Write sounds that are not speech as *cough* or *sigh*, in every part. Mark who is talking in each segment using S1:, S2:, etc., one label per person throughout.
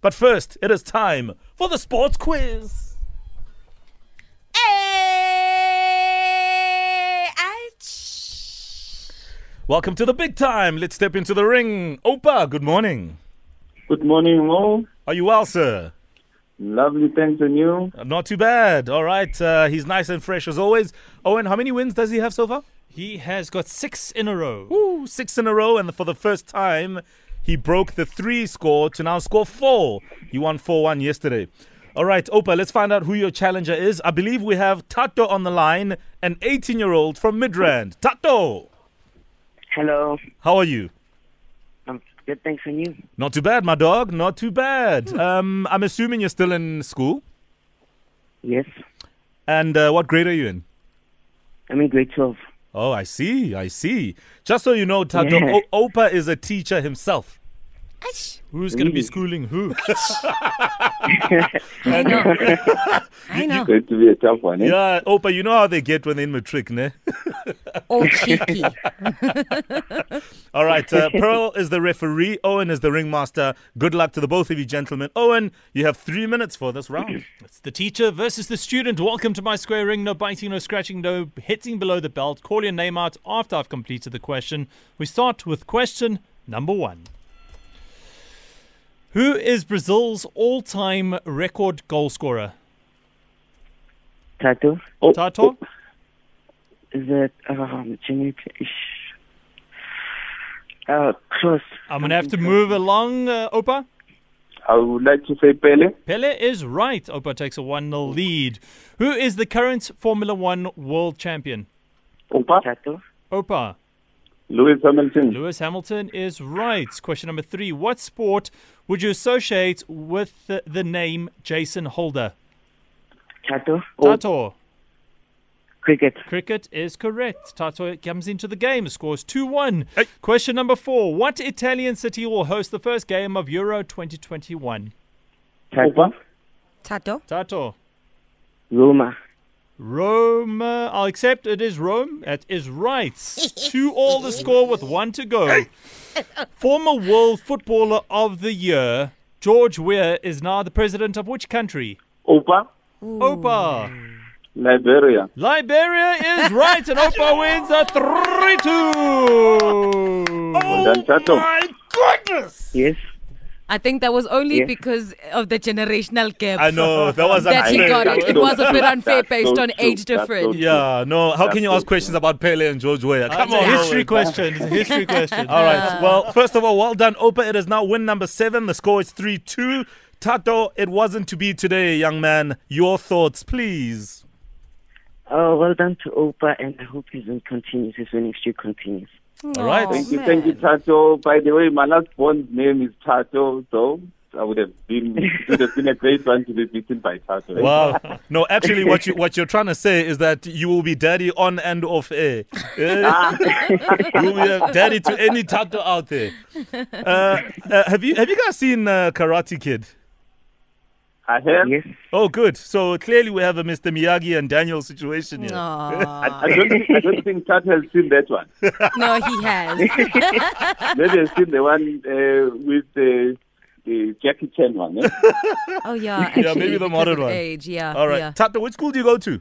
S1: But first, it is time for the sports quiz.
S2: Hey, ouch.
S1: Welcome to the big time. Let's step into the ring. Opa, good morning.
S3: Good morning, Mo.
S1: Are you well, sir?
S3: Lovely, thanks, and you?
S1: Uh, Not too bad. All right. Uh, he's nice and fresh as always. Owen, how many wins does he have so far?
S4: He has got six in a row.
S1: Ooh, six in a row. And for the first time, he broke the three score to now score four. He won 4 1 yesterday. All right, Opa, let's find out who your challenger is. I believe we have Tato on the line, an 18 year old from Midrand. Tato,
S5: Hello.
S1: how are you?
S5: I'm good, thanks, and you?
S1: Not too bad, my dog. Not too bad. Um, I'm assuming you're still in school.
S5: Yes.
S1: And uh, what grade are you in?
S5: I'm in grade 12.
S1: Oh, I see. I see. Just so you know, Tato,
S5: Yeah.
S1: o- Opa is a teacher himself.
S2: Ouch.
S4: Who's going to be
S5: Really?
S4: schooling
S1: *laughs*
S4: who?
S2: I know. I know.
S3: Going to be a tough one, eh?
S1: Yeah, Opa, you know how they get when they're in matric, ne?
S3: *laughs*
S2: Oh, cheeky.
S1: All right, uh, Pearl is the referee, Owen is the ringmaster. Good luck to the both of you, gentlemen. Owen, you have three minutes for this round.
S4: *clears throat* it's the teacher versus the student. Welcome to my square ring. No biting, no scratching, no hitting below the belt. Call your name out after I've completed the question. We start with question number one. Who is Brazil's all-time record goal scorer?
S5: Tato,
S3: Oh,
S4: Tato?
S5: is it, um, Jimmy, ish. Uh, cross.
S4: I'm going to have to move along, uh, Opa.
S3: I would like to say Pele.
S4: Pele is right. Opa takes a 1 0 lead. Who is the current Formula One world champion?
S3: Opa.
S5: Tato,
S4: Opa.
S3: Lewis Hamilton.
S4: Lewis Hamilton is right. Question number three. What sport would you associate with the, the name Jason Holder?
S5: Tato,
S1: Oh.
S4: Tato.
S5: cricket.
S4: Cricket is correct. Tato comes into the game, scores 2 1. Question number four. What Italian city will host the first game of Euro 2021?
S5: Tato,
S3: Opa.
S2: Tato.
S4: Tato.
S5: Roma.
S4: Rome. uh, I'll accept it is Rome. That is
S2: *laughs*
S4: right. Two all the score with one to go. Former World Footballer of the Year, George Weah is now the president of which country?
S3: Opa.
S4: Opa.
S3: Liberia.
S4: Liberia is right, and Opa wins a 3 2.
S3: done,
S4: Oh
S3: Tato.
S1: my goodness!
S5: Yes.
S2: I think that was only
S5: Yeah.
S2: because of the generational gap.
S1: I know, that was
S2: That he
S1: unfair.
S2: got it. It was a bit unfair
S3: That's
S2: based
S3: so
S2: on
S3: true.
S2: age
S3: That's so
S2: difference.
S3: true.
S1: Yeah, no, how can you
S3: That's
S1: ask
S3: so
S1: questions about Pele and George Weah? Come on,
S4: It's a history
S1: Owen.
S4: question. It's a history question.
S1: *laughs* All right. Well, first of all, well done, Opa. It is now win number seven. The score is 3 2. Tato, it wasn't to be today, young man. Your thoughts, please.
S5: Oh, well done to Opa, and I hope his win continues, his winning streak continues.
S1: All right.
S2: Oh,
S3: Thank you,
S2: man.
S3: thank you, Tato. By the way, my last born's name is Tato, so I would have
S2: *laughs*
S3: been, it would have been a great one to be beaten by Tato.
S1: Wow. No, actually, what you what you're trying to say is that you will be daddy on and off air. Eh? you will be a daddy to any tato out there. Uh, uh, have you have you guys seen uh, Karate Kid?
S3: I have.
S5: Yes.
S1: Oh, good. So clearly we have a Mr. Miyagi and Daniel situation here.
S2: Aw.
S3: I don't, think, I don't think Tato has seen that one.
S2: no, he
S3: *laughs*
S2: has.
S3: Maybe has seen the one uh, with the, the Jackie Chan one. Eh?
S2: Oh yeah. Actually,
S1: maybe the
S2: because
S1: modern
S2: of
S1: one.
S2: Age, yeah.
S1: All right,
S2: Yeah.
S1: Tato, which school do you go to?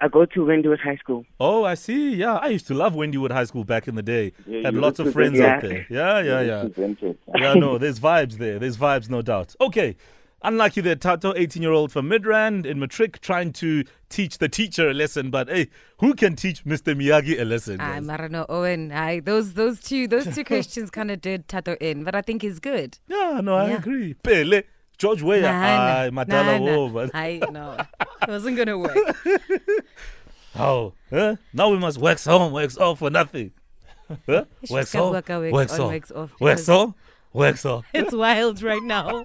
S5: I go to Wendwood High School.
S1: Oh, I see. Yeah, I used to love Wendywood High School back in the day.
S3: Yeah,
S1: Had
S3: you
S1: lots of friends
S5: represent-
S1: out there. Yeah, yeah, yeah.
S3: Presented.
S1: yeah, no, there's vibes there. There's vibes, no doubt. Okay. Unlucky there, Tato, 18 year old from Midrand in Matric, trying to teach the teacher a lesson. But hey, who can teach Mr. Miyagi a lesson? guys?
S2: Um, I don't know, Owen. I those those two
S1: *laughs*
S2: those two questions kind of did Tato in, but I think he's good.
S1: yeah, no, I
S2: Yeah.
S1: agree. Pele, George Weah,
S2: Nah,
S1: aye,
S2: nah,
S1: Matala
S2: nah.
S1: wo, but
S2: I know it wasn't gonna work.
S1: how? oh, Huh? Now we must wax on, wax off for
S2: *laughs*
S1: nothing. Huh?
S2: She's
S1: Wax
S2: got
S1: on,
S2: work on, wax
S1: wax
S2: on,
S1: off,
S2: wax off,
S1: wax
S2: because-
S1: on, wax off.
S2: It's wild right now.